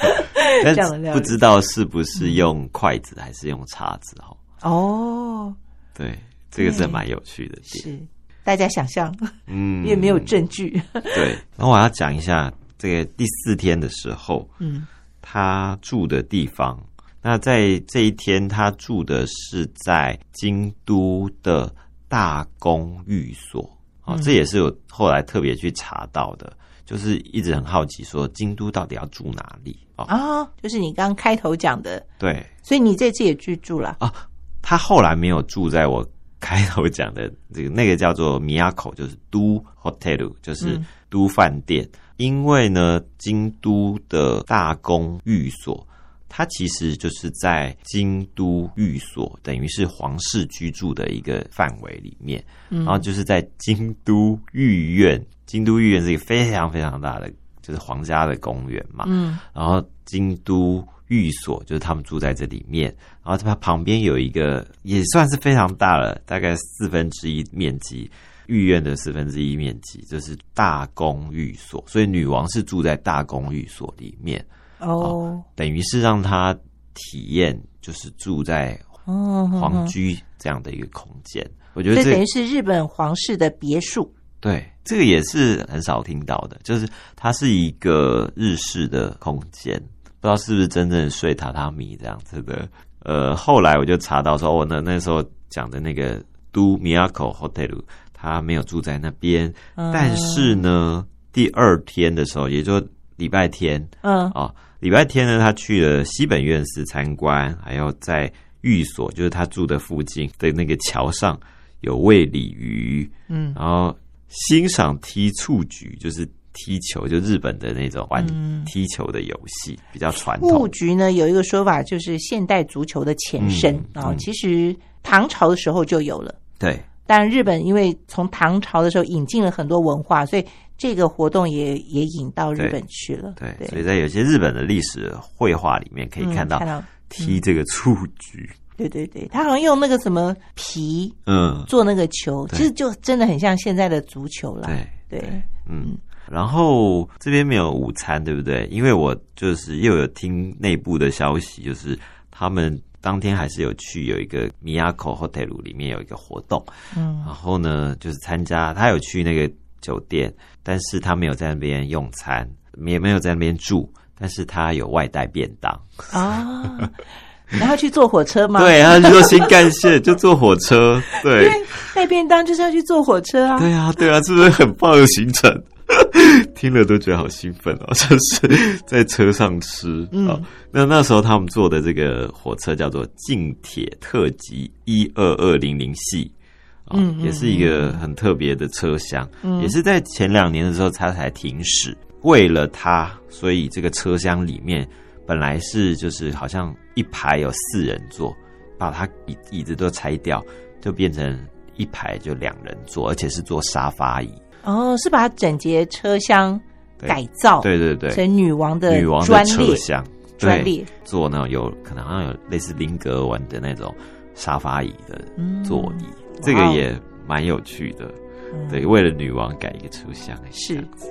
S1: 但
S2: 这样的料理
S1: 不知道是不是用筷子还是用叉子哦。
S2: 哦，
S1: 对，这个是蛮有趣的点。
S2: 嗯是大家想象，
S1: 嗯
S2: 因为没有证据。
S1: 对。那我要讲一下这个第四天的时候，
S2: 嗯
S1: 他住的地方。那在这一天，他住的是在京都的大公寓所哦，
S2: 嗯
S1: 这也是我后来特别去查到的，就是一直很好奇说京都到底要住哪里哦。
S2: 啊，就是你刚开头讲的，
S1: 对
S2: 所以你这次也去住了。
S1: 他后来没有住在我开头讲的这个那个叫做米亚口，就是都 hotel，就是
S2: 嗯
S1: 都饭店。因为呢，京都的大公寓所，它其实就是在京都寓所，等于是皇室居住的一个范围里面。
S2: 嗯
S1: 然后就是在京都御苑，京都御苑是一个非常非常大的，就是皇家的公园嘛。
S2: 嗯
S1: 然后京都寓所就是他们住在这里面，然后它旁边有一个也算是非常大了，大概四分之一面积，御苑的四分之一面积，就是大公寓所，所以女王是住在大公寓所里面，
S2: 哦
S1: 等于是让她体验就是住在
S2: 哦，
S1: 皇
S2: 嗯，
S1: 居这样的一个空间。我觉
S2: 嗯
S1: 得
S2: 这
S1: 这
S2: 等于是日本皇室的别墅。
S1: 对这个也是很少听到的，就是它是一个日式的空间，不知道是不是真正睡榻榻米这样子的。呃，后来我就查到说，哦，那那时候讲的那个都米亚口 hotel，他没有住在那边，
S2: 嗯
S1: 但是呢，第二天的时候，也就礼拜天，
S2: 嗯
S1: 哦，礼拜天呢，他去了西本院寺参观，还有在寓所，就是他住的附近的那个桥上有喂鲤鱼，
S2: 嗯
S1: 然后欣赏踢蹴鞠，就是踢球，就日本的那种玩
S2: 嗯
S1: 踢球的游戏，比较传
S2: 布
S1: 统。
S2: 局呢有一个说法，就是现代足球的前身
S1: 嗯
S2: 啊、
S1: 嗯
S2: 其实唐朝的时候就有了，
S1: 对，
S2: 但日本因为从唐朝的时候引进了很多文化，所以这个活动也也引到日本去了。
S1: 对，所以在有些日本的历史绘画里面可以
S2: 嗯
S1: 看到
S2: 看到，
S1: 踢这个蹴鞠，
S2: 对对对，他好像用那个什么皮
S1: 嗯，
S2: 做那个球，
S1: 对
S2: 其实就真的很像现在的足球啦。
S1: 对
S2: 对
S1: 嗯。然后这边没有午餐，对不对？因为我就是又有听内部的消息，就是他们当天还是有去有一个米亚口 hotel 里面有一个活动，
S2: 嗯
S1: 然后呢，就是参加他有去那个酒店，但是他没有在那边用餐，也没有在那边住，但是他有外带便当。
S2: 啊，然后去坐火 车嘛，，
S1: 对，啊他就坐新干线，就坐火车。 对，
S2: 带便当就是要去坐火车啊。
S1: 对啊，对啊，是不是很棒的行程？ 听了都觉得好兴奋哦，就是在车上吃啊、
S2: 嗯
S1: 哦那那时候他们坐的这个火车叫做近铁特急一二二零零系。哦
S2: 嗯嗯
S1: 也是一个很特别的车厢，
S2: 嗯
S1: 也是在前两年的时候它才停驶，为了他，所以这个车厢里面本来是就是好像一排有四人座，把他椅椅子都拆掉，就变成一排就两人座，而且是坐沙发椅。
S2: 哦，是把整节车厢
S1: 对
S2: 改造，
S1: 对对对，
S2: 成女王的
S1: 女王的
S2: 专
S1: 车
S2: 列
S1: 厢，
S2: 专
S1: 对，
S2: 列，
S1: 坐那种有可能好像有类似林格文的那种沙发椅的
S2: 嗯
S1: 座椅，这个
S2: 哇哦
S1: 也蛮有趣的。
S2: 嗯
S1: 对，为了女王改一个哎车厢，
S2: 是
S1: 这样子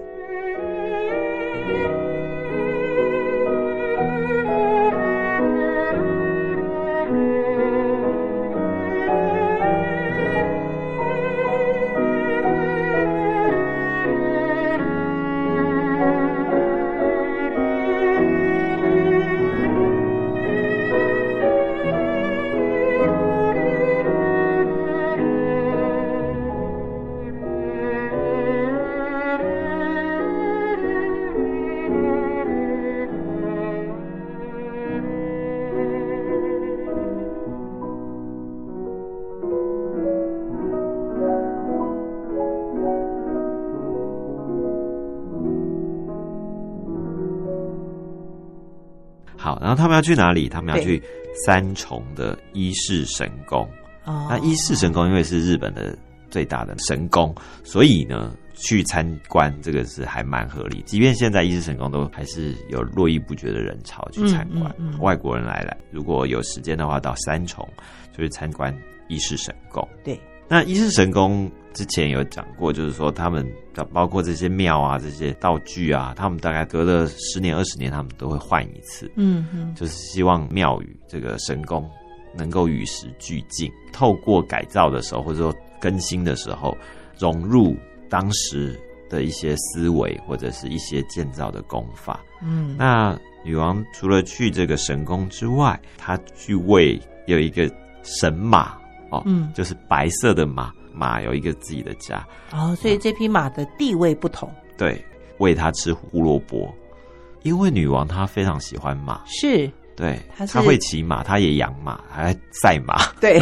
S1: 好，然后他们要去哪里？他们要
S2: 对
S1: 去三重的伊势神宫。
S2: 哦，
S1: 那伊势神宫因为是日本的最大的神宫，所以呢，去参观这个是还蛮合理。即便现在伊势神宫都还是有络绎不绝的人潮去参观，
S2: 嗯嗯嗯
S1: 外国人来了，如果有时间的话，到三重就是参观伊势神宫。
S2: 对，
S1: 那伊势神宫之前有讲过，就是说他们包括这些庙啊、这些道具啊，他们大概隔了十年、二十年，他们都会换一次。
S2: 嗯嗯，
S1: 就是希望庙宇这个神宫能够与时俱进，透过改造的时候或者说更新的时候，融入当时的一些思维或者是一些建造的功法。
S2: 嗯，
S1: 那女王除了去这个神宫之外，她去为有一个神马哦，
S2: 嗯，
S1: 就是白色的马，马有一个自己的家，
S2: 哦，所以这匹马的地位不同，
S1: 对，喂它吃胡萝卜，因为女王她非常喜欢马，
S2: 是
S1: 对，
S2: 她是
S1: 她会骑马，她也养马，还赛马，
S2: 对。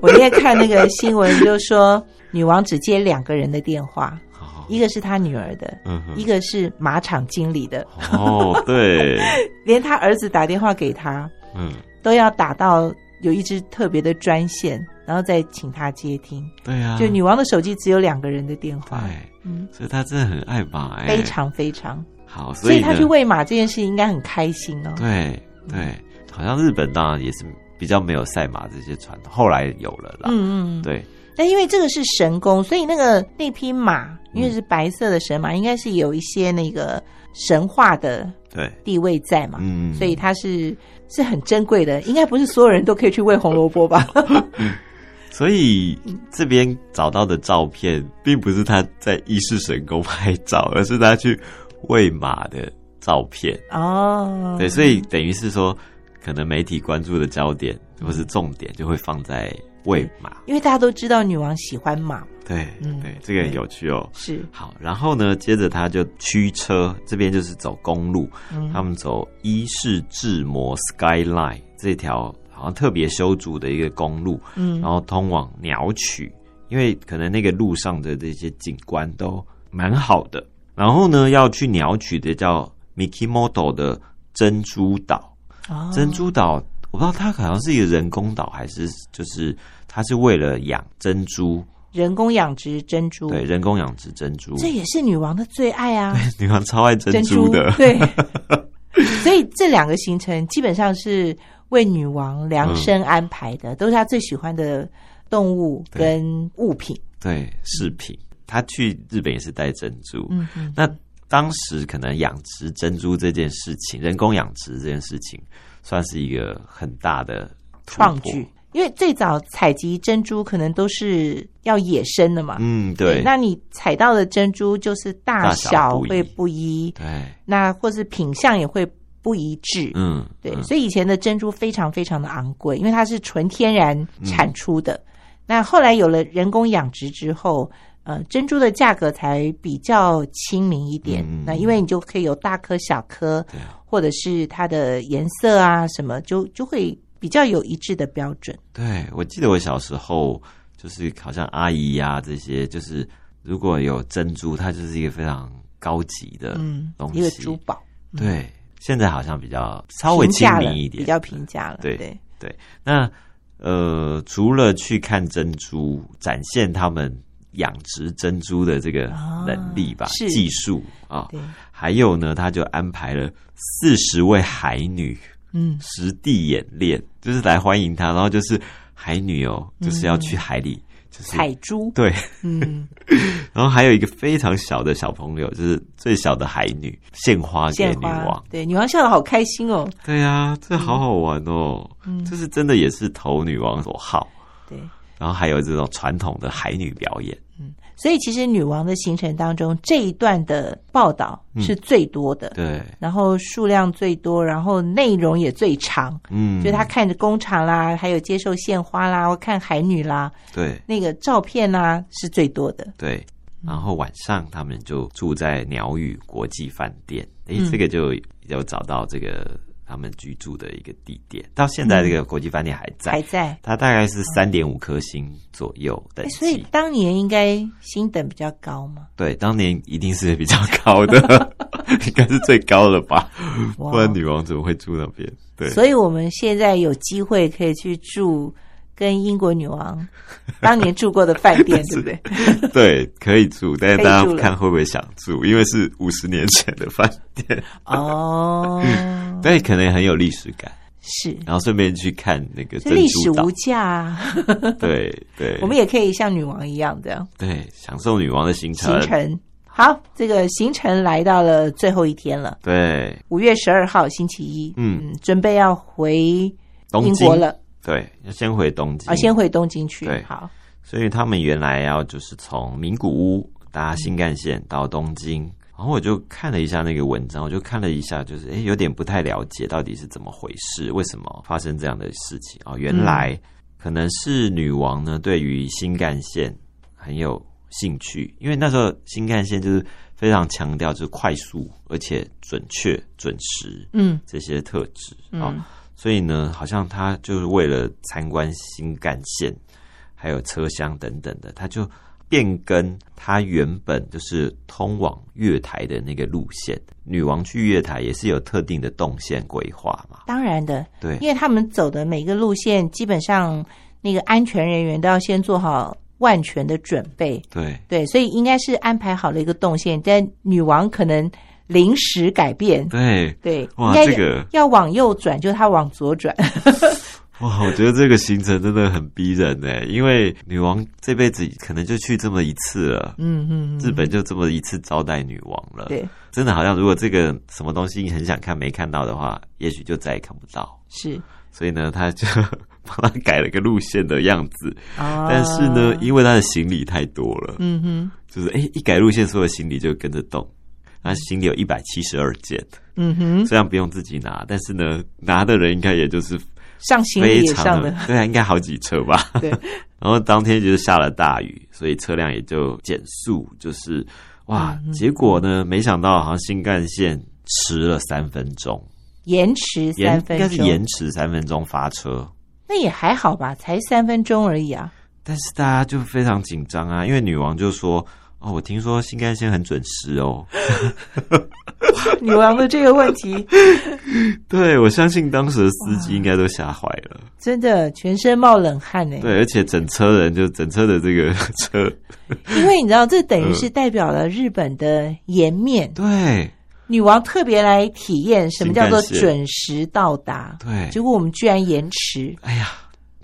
S2: 我那天看那个新闻，就说女王只接两个人的电话，
S1: 哦
S2: 一个是她女儿的，
S1: 嗯哼
S2: 一个是马场经理的，
S1: 哦， 对，
S2: 连她儿子打电话给她，
S1: 嗯，
S2: 都要打到有一支特别的专线，然后再请她接听。
S1: 对啊，
S2: 就女王的手机只有两个人的电话，
S1: 对，
S2: 嗯，
S1: 所以他真的很爱马、哎，
S2: 非常非常，
S1: 好，所
S2: 所以
S1: 以呢
S2: 她去喂马这件事应该很开心哦。
S1: 对对，好像日本当然也是比较没有赛马这些传统，后来有了啦，
S2: 嗯嗯，嗯。
S1: 对，
S2: 但因为这个是神宫，所以那个那匹马，因为是白色的神马，应该是有一些那个神话的
S1: 对，
S2: 地位在嘛，
S1: 嗯，
S2: 所以它是是很珍贵的，应该不是所有人都可以去喂红萝 卜吧？
S1: 所以这边找到的照片，并不是他在伊势神宫拍照，而是他去喂马的照片。
S2: 哦，
S1: 对，所以等于是说，可能媒体关注的焦点或是重点就会放在喂马。
S2: 因为大家都知道女王喜欢马，
S1: 对，
S2: 嗯
S1: 对，这个很有趣哦。
S2: 是，
S1: 好，然后呢，接着他就驱车，这边就是走公路，
S2: 嗯
S1: 他们走伊势志摩 Skyline 这条好像特别修筑的一个公路，
S2: 嗯
S1: 然后通往鸟取，因为可能那个路上的这些景观都蛮好的。然后呢，要去鸟取的叫 Mikimoto 的珍珠岛，
S2: 哦
S1: 珍珠岛我不知道它好像是一个人工岛还是就是它是为了养珍珠，
S2: 人工养殖珍珠，
S1: 对，人工养殖珍珠。
S2: 这也是女王的最爱啊，
S1: 女王超爱珍珠的，
S2: 对。 所以这两个行程基本上是为女王量身安排的，都是她最喜欢的动物跟物品。
S1: 对，饰品。她去日本也是带珍珠，
S2: 嗯嗯，
S1: 那当时可能养殖珍珠这件事情，人工养殖这件事情，算是一个很大的突破
S2: 创举。。因为最早采集珍珠可能都是要野生的嘛，
S1: 嗯，对，
S2: 那你采到的珍珠就是大
S1: 大小
S2: 小
S1: 不一
S2: 会不一，
S1: 对，
S2: 那或是品相也会不一致。
S1: 嗯，
S2: 对，
S1: 嗯
S2: 所以以前的珍珠非常非常的昂贵，因为它是纯天然产出
S1: 嗯
S2: 的。那后来有了人工养殖之后，呃，珍珠的价格才比较亲民一点。
S1: 嗯嗯
S2: 那
S1: 嗯
S2: 因为你就可以有大颗、小颗
S1: 对啊，
S2: 或者是它的颜色啊什么，就就会比较有一致的标准。
S1: 对我记得我小时候就是好像阿姨呀、这些，就是如果有珍珠，它就是一个非常高级的
S2: 嗯
S1: 东，西。
S2: 一个珠宝，嗯
S1: 对，现在好像比较稍微
S2: 平
S1: 亲
S2: 价了
S1: 民一点，
S2: 比较平价了。
S1: 对
S2: 对，
S1: 那呃，除了去看珍珠，展现他们养殖珍珠的这个能力吧，
S2: 啊是
S1: 技术啊、
S2: 对
S1: 还有呢，他就安排了四十位海女
S2: 嗯，
S1: 实地演练，就是来欢迎他，然后就是海女哦，就是
S2: 嗯
S1: 要去海里，就是
S2: 采珠，
S1: 对，
S2: 嗯，
S1: 然后还有一个非常小的小朋友，就是最小的海女献花给
S2: 献
S1: 女
S2: 花
S1: 王，，
S2: 对，女王笑得好开心哦。
S1: 对呀、这好好玩哦，
S2: 嗯
S1: 这是真的也是投女王所好。
S2: 对，
S1: 然后还有这种传统的海女表演，
S2: 所以其实女王的行程当中，这一段的报道是最多的，
S1: 嗯对，
S2: 然后数量最多，然后内容也最长。
S1: 嗯，
S2: 就是他看着工厂啦，还有接受献花啦，或看海女啦，
S1: 对
S2: 那个照片啦是最多的。
S1: 对。
S2: 嗯
S1: 然后晚上他们就住在鸟语国际饭店，诶，
S2: 嗯
S1: 这个就有找到这个他们居住的一个地点，到现在这个国际饭店还在，
S2: 嗯还在。
S1: 它大概是三点五颗星左右等
S2: 哎所以
S1: 级，
S2: 当年应该星等比较高嘛，
S1: 对，当年一定是比较高 的，应该是最高了吧，
S2: 哇
S1: 嗯不然女王怎么会住那边？对，
S2: 所以我们现在有机会可以去住跟英国女 王当年住过的饭店，对不对？
S1: 对，可以住，但是
S2: 可以
S1: 大
S2: 住
S1: 家
S2: 了
S1: 看会不会想住，因为是五十年前的饭店，
S2: 哦，
S1: 但可能也很有历史感。
S2: 是，
S1: 然后顺便去看那个嗯
S2: 这
S1: 珍
S2: 历史
S1: 珠岛
S2: 无，价啊！
S1: 对对，
S2: 我们也可以像女王一样的
S1: 对享受女王的行程
S2: 行，程。好，这个行程来到了最后一天了，
S1: 对，
S2: 五月十二号星期一，
S1: 嗯，
S2: 嗯，准备要回
S1: 东
S2: 英
S1: 京
S2: 国了
S1: 对，要先回东京
S2: 啊，先回东京去
S1: 对。
S2: 好，
S1: 所以他们原来要就是从名古屋搭新干线到东京，然后我就看了一下那个文章，我就看了一下，就是诶有点不太了解到底是怎么回事，为什么发生这样的事情哦，原来可能是女王呢对于新干线很有兴趣，因为那时候新干线就是非常强调就是快速而且准确准时
S2: 嗯
S1: 这些特质啊。哦
S2: 嗯
S1: 所以呢，好像他就是为了参观新干线，还有车厢等等的，他就变更他原本就是通往月台的那个路线。女王去月台也是有特定的动线规划嘛？
S2: 当然的，
S1: 对
S2: 因为他们走的每个路线，基本上那个安全人员都要先做好万全的准备。
S1: 对
S2: 对，所以应该是安排好了一个动线，但女王可能临时改变，
S1: 对，
S2: 对，应
S1: 哇，
S2: 该
S1: 这个
S2: 要往右转，就她往左转，
S1: 哇，我觉得这个行程真的很逼人呢，因为女王这辈子可能就去这么一次了。
S2: 嗯嗯，嗯
S1: 日本就这么一次招待女王了，
S2: 对，
S1: 真的好像如果这个什么东西你很想看没看到的话，也许就再也看不到。
S2: 是
S1: 所以呢，他就 帮他改了个路线的样子。
S2: 啊，
S1: 但是呢，因为他的行李太多了，
S2: 嗯哼，
S1: 就是哎、诶一改路线，所有行李就跟着动。他行李有一百七十二件，
S2: 嗯哼，
S1: 虽然不用自己拿，但是呢，拿的人应该也就是
S2: 上行
S1: 非
S2: 李也上
S1: 常
S2: 的
S1: 的，对啊，应该好几车吧。
S2: 对，
S1: 然后当天就是下了大雨，所以车辆也就减速，就是哇，
S2: 嗯
S1: 结果呢，没想到好像新干线迟了三分钟，
S2: 延迟
S1: 延
S2: 三
S1: 应
S2: 分
S1: 该是
S2: 钟
S1: 延，迟三分钟发车。
S2: 那也还好吧，才三分钟而已啊，
S1: 但是大家就非常紧张啊，因为女王就说：“哦，我听说新干线很准时 哦。
S2: 女王的这个问题
S1: 对”我相信当时的司机应该都吓坏了。
S2: 真的全身冒冷汗呢、
S1: 对，而且整车人就整车的这个车，
S2: 因为你知道，这等于是
S1: 嗯
S2: 代表了日本的颜 面。
S1: 对
S2: 女王特别来体验什么叫做
S1: 新干线
S2: 准时到达，
S1: 对，
S2: 结果我们居然延迟。
S1: 哎呀，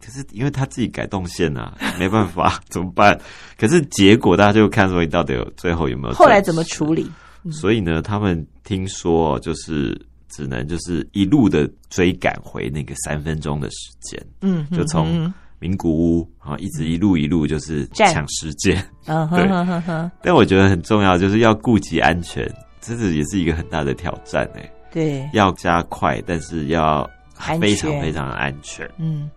S1: 可是因为他自己改动线 啊，没办法，怎么办？可是结果大家就看说你到底有最后有没有
S2: 后来怎么处嗯
S1: 理？
S2: 理？
S1: 所以呢，他们听说哦就是只能就是一路的追赶回那个三分钟的时间。
S2: 嗯，
S1: 就从
S2: 嗯
S1: 名古屋啊，一直一路一路就是
S2: 站
S1: 抢时间。
S2: 嗯哼
S1: 对
S2: 哼哼哼，
S1: 但我觉得很重要，就是要顾及安全，这是也是一个很大的挑战诶、
S2: 对，
S1: 要加快，但是要
S2: 安全
S1: 非常非常安全，
S2: 嗯，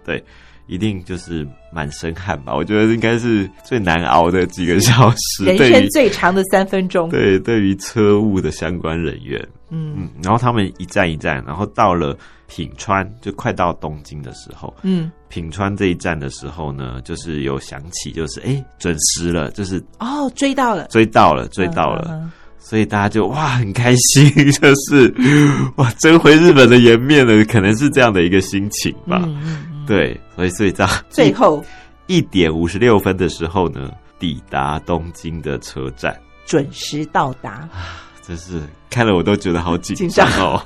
S1: 一定就是满身汗吧。我觉得应该是最难熬的几个小时，
S2: 人
S1: 对
S2: 生
S1: 于
S2: 最长的三分钟。
S1: 对对于车务的相关人员，
S2: 嗯
S1: 嗯，然后他们一站一站，然后到了品川，就快到东京的时候，
S2: 嗯，
S1: 品川这一站的时候呢，就是有想起，就是哎准时了，就是
S2: 哦，追到了，
S1: 追到了，追到了。
S2: 嗯嗯嗯
S1: 所以大家就哇很开心， 就是哇争回日本的颜面了，可能是这样的一个心情吧。
S2: 嗯嗯嗯
S1: 对，所以所以到
S2: 最后
S1: 一点五十六分的时候呢，抵达东京的车站，
S2: 准时到 达，
S1: 真是看了我都觉得好紧张哦。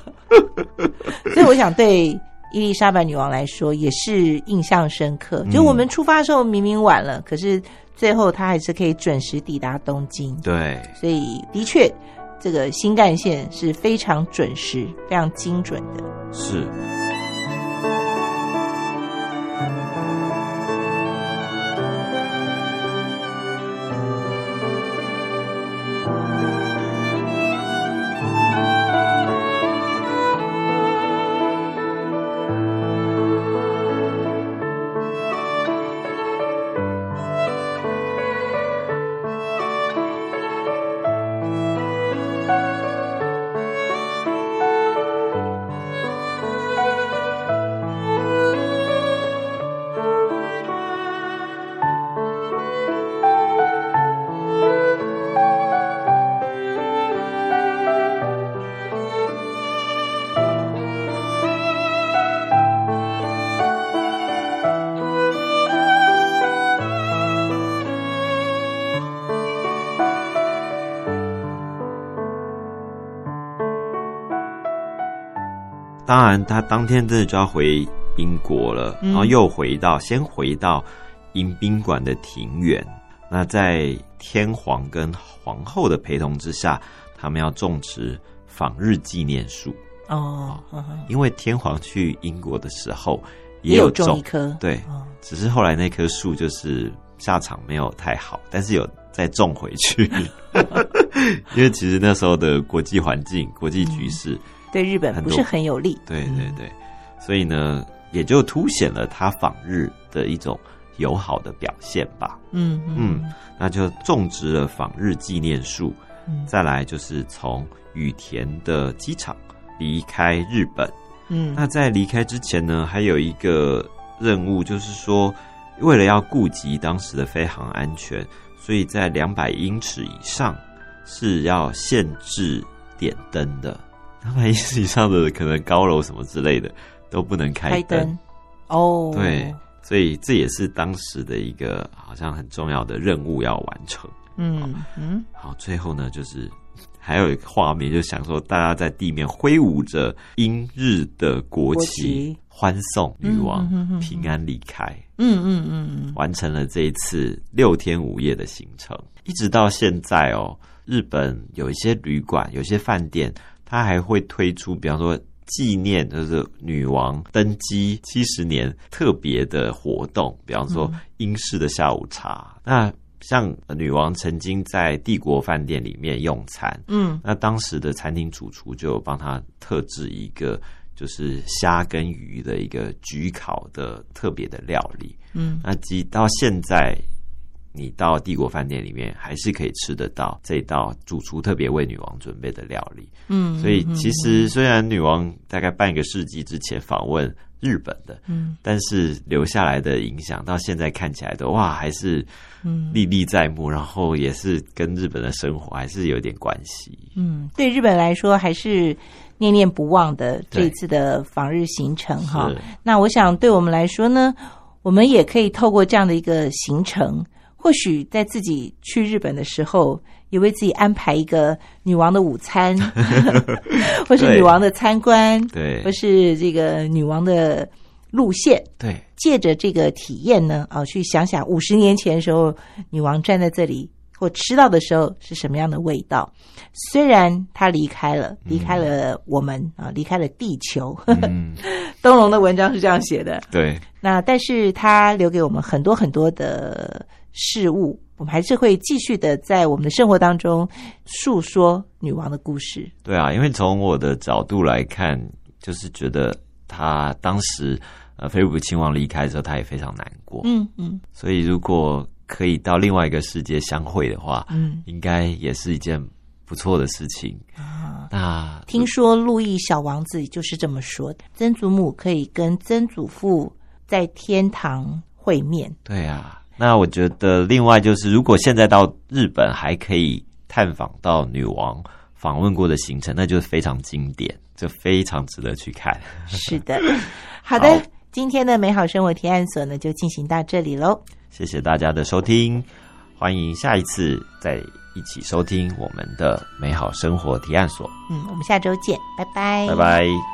S2: 所以我想对伊丽莎白女王来说也是印象深刻。
S1: 嗯
S2: 就我们出发的时候明明晚了，可是最后她还是可以准时抵达东京，
S1: 对，
S2: 所以的确。这个新干线是非常准时、非常精准的。
S1: 是。当然，他当天真的就要回英国了，
S2: 嗯
S1: 然后又回到先回到迎宾馆的庭园。那在天皇跟皇后的陪同之下，他们要种植访日纪念树，
S2: 哦，嗯嗯
S1: 因为天皇去英国的时候
S2: 也
S1: 也有
S2: 种一
S1: 种，
S2: 棵，
S1: 对
S2: 哦
S1: 只是后来那棵树就是下场没有太好，但是有再种回去， 因为其实那时候的国际环境、国际局势。
S2: 对日本不是很有利。
S1: 对
S2: 嗯
S1: 对对，所以呢，也就凸显了他访日的一种友好的表现吧。
S2: 嗯嗯
S1: 那就种植了访日纪念树，
S2: 嗯
S1: 再来就是从羽田的机场离开日本。
S2: 嗯
S1: 那在离开之前呢，还有一个任务，就是说，为了要顾及当时的飞行安全，所以在两百英尺以上是要限制点灯的。两百英尺以上的可能高楼什么之类的都不能开
S2: 开灯，哦，
S1: 对，所以这也是当时的一个好像很重要的任务要完成。
S2: 嗯嗯，
S1: 好，最后呢，就是还有一个画面，就想说大家在地面挥舞着英日的国
S2: 国
S1: 旗
S2: 旗，
S1: 欢送女王
S2: 嗯嗯嗯嗯嗯
S1: 平安离开，
S2: 嗯嗯嗯嗯，
S1: 完成了这一次六天五夜的行程，一直到现在哦，日本有一些旅馆、有些饭店，它还会推出，比方说。纪念就是女王登基七十年特别的活动，比方说英式的下午茶。那像呃女王曾经在帝国饭店里面用餐，
S2: 嗯
S1: 那当时的餐厅主厨就有帮他特制一个就是虾跟鱼的一个焗烤的特别的料理。
S2: 嗯，
S1: 那即到现在，你到帝国饭店里面还是可以吃得到这道主厨特别为女王准备的料理。
S2: 嗯，
S1: 所以其实虽然女王大概半个世纪之前访问日本的，
S2: 嗯
S1: 但是留下来的影响到现在看起来的哇，还是
S2: 嗯
S1: 历历在目，然后也是跟日本的生活还是有点关系。
S2: 嗯，对日本来说还是念念不忘的这
S1: 对
S2: 一次的访日行程哈
S1: 是。
S2: 那我想对我们来说呢，我们也可以透过这样的一个行程，或许在自己去日本的时候，也为自己安排一个女王的午餐，或是
S1: 对
S2: 女王的参观，
S1: 对
S2: 或是这个女王的路线。
S1: 对，
S2: 借着这个体验呢，啊，去想想五十年前的时候，女王站在这里或吃到的时候是什么样的味道。虽然她离开了，离开了我们、啊，离开了地 球。
S1: 嗯，
S2: 灯笼的文章是这样写的，
S1: 对，
S2: 那但是她留给我们很多很多的事物，我们还是会继续的在我们的生活当中诉说女王的故事。
S1: 对啊，因为从我的角度来看，就是觉得他当时呃，菲利普亲王离开的时候，他也非常难过。
S2: 嗯嗯
S1: 所以如果可以到另外一个世界相会的话，
S2: 嗯
S1: 应该也是一件不错的事情。
S2: 啊。
S1: 那
S2: 听说路易小王子就是这么说的：曾祖母可以跟曾祖父在天堂会 面。
S1: 对啊，那我觉得另外就是，如果现在到日本还可以探访到女王访问过的行程，那就是非常经典，就非常值得去看。
S2: 是 的，好的，
S1: 好
S2: 今天的美好生活提案所呢就进行到这里喽。
S1: 谢谢大家的收听，欢迎下一次再一起收听我们的美好生活提案所，
S2: 嗯，我们下周见，拜拜，
S1: 拜拜。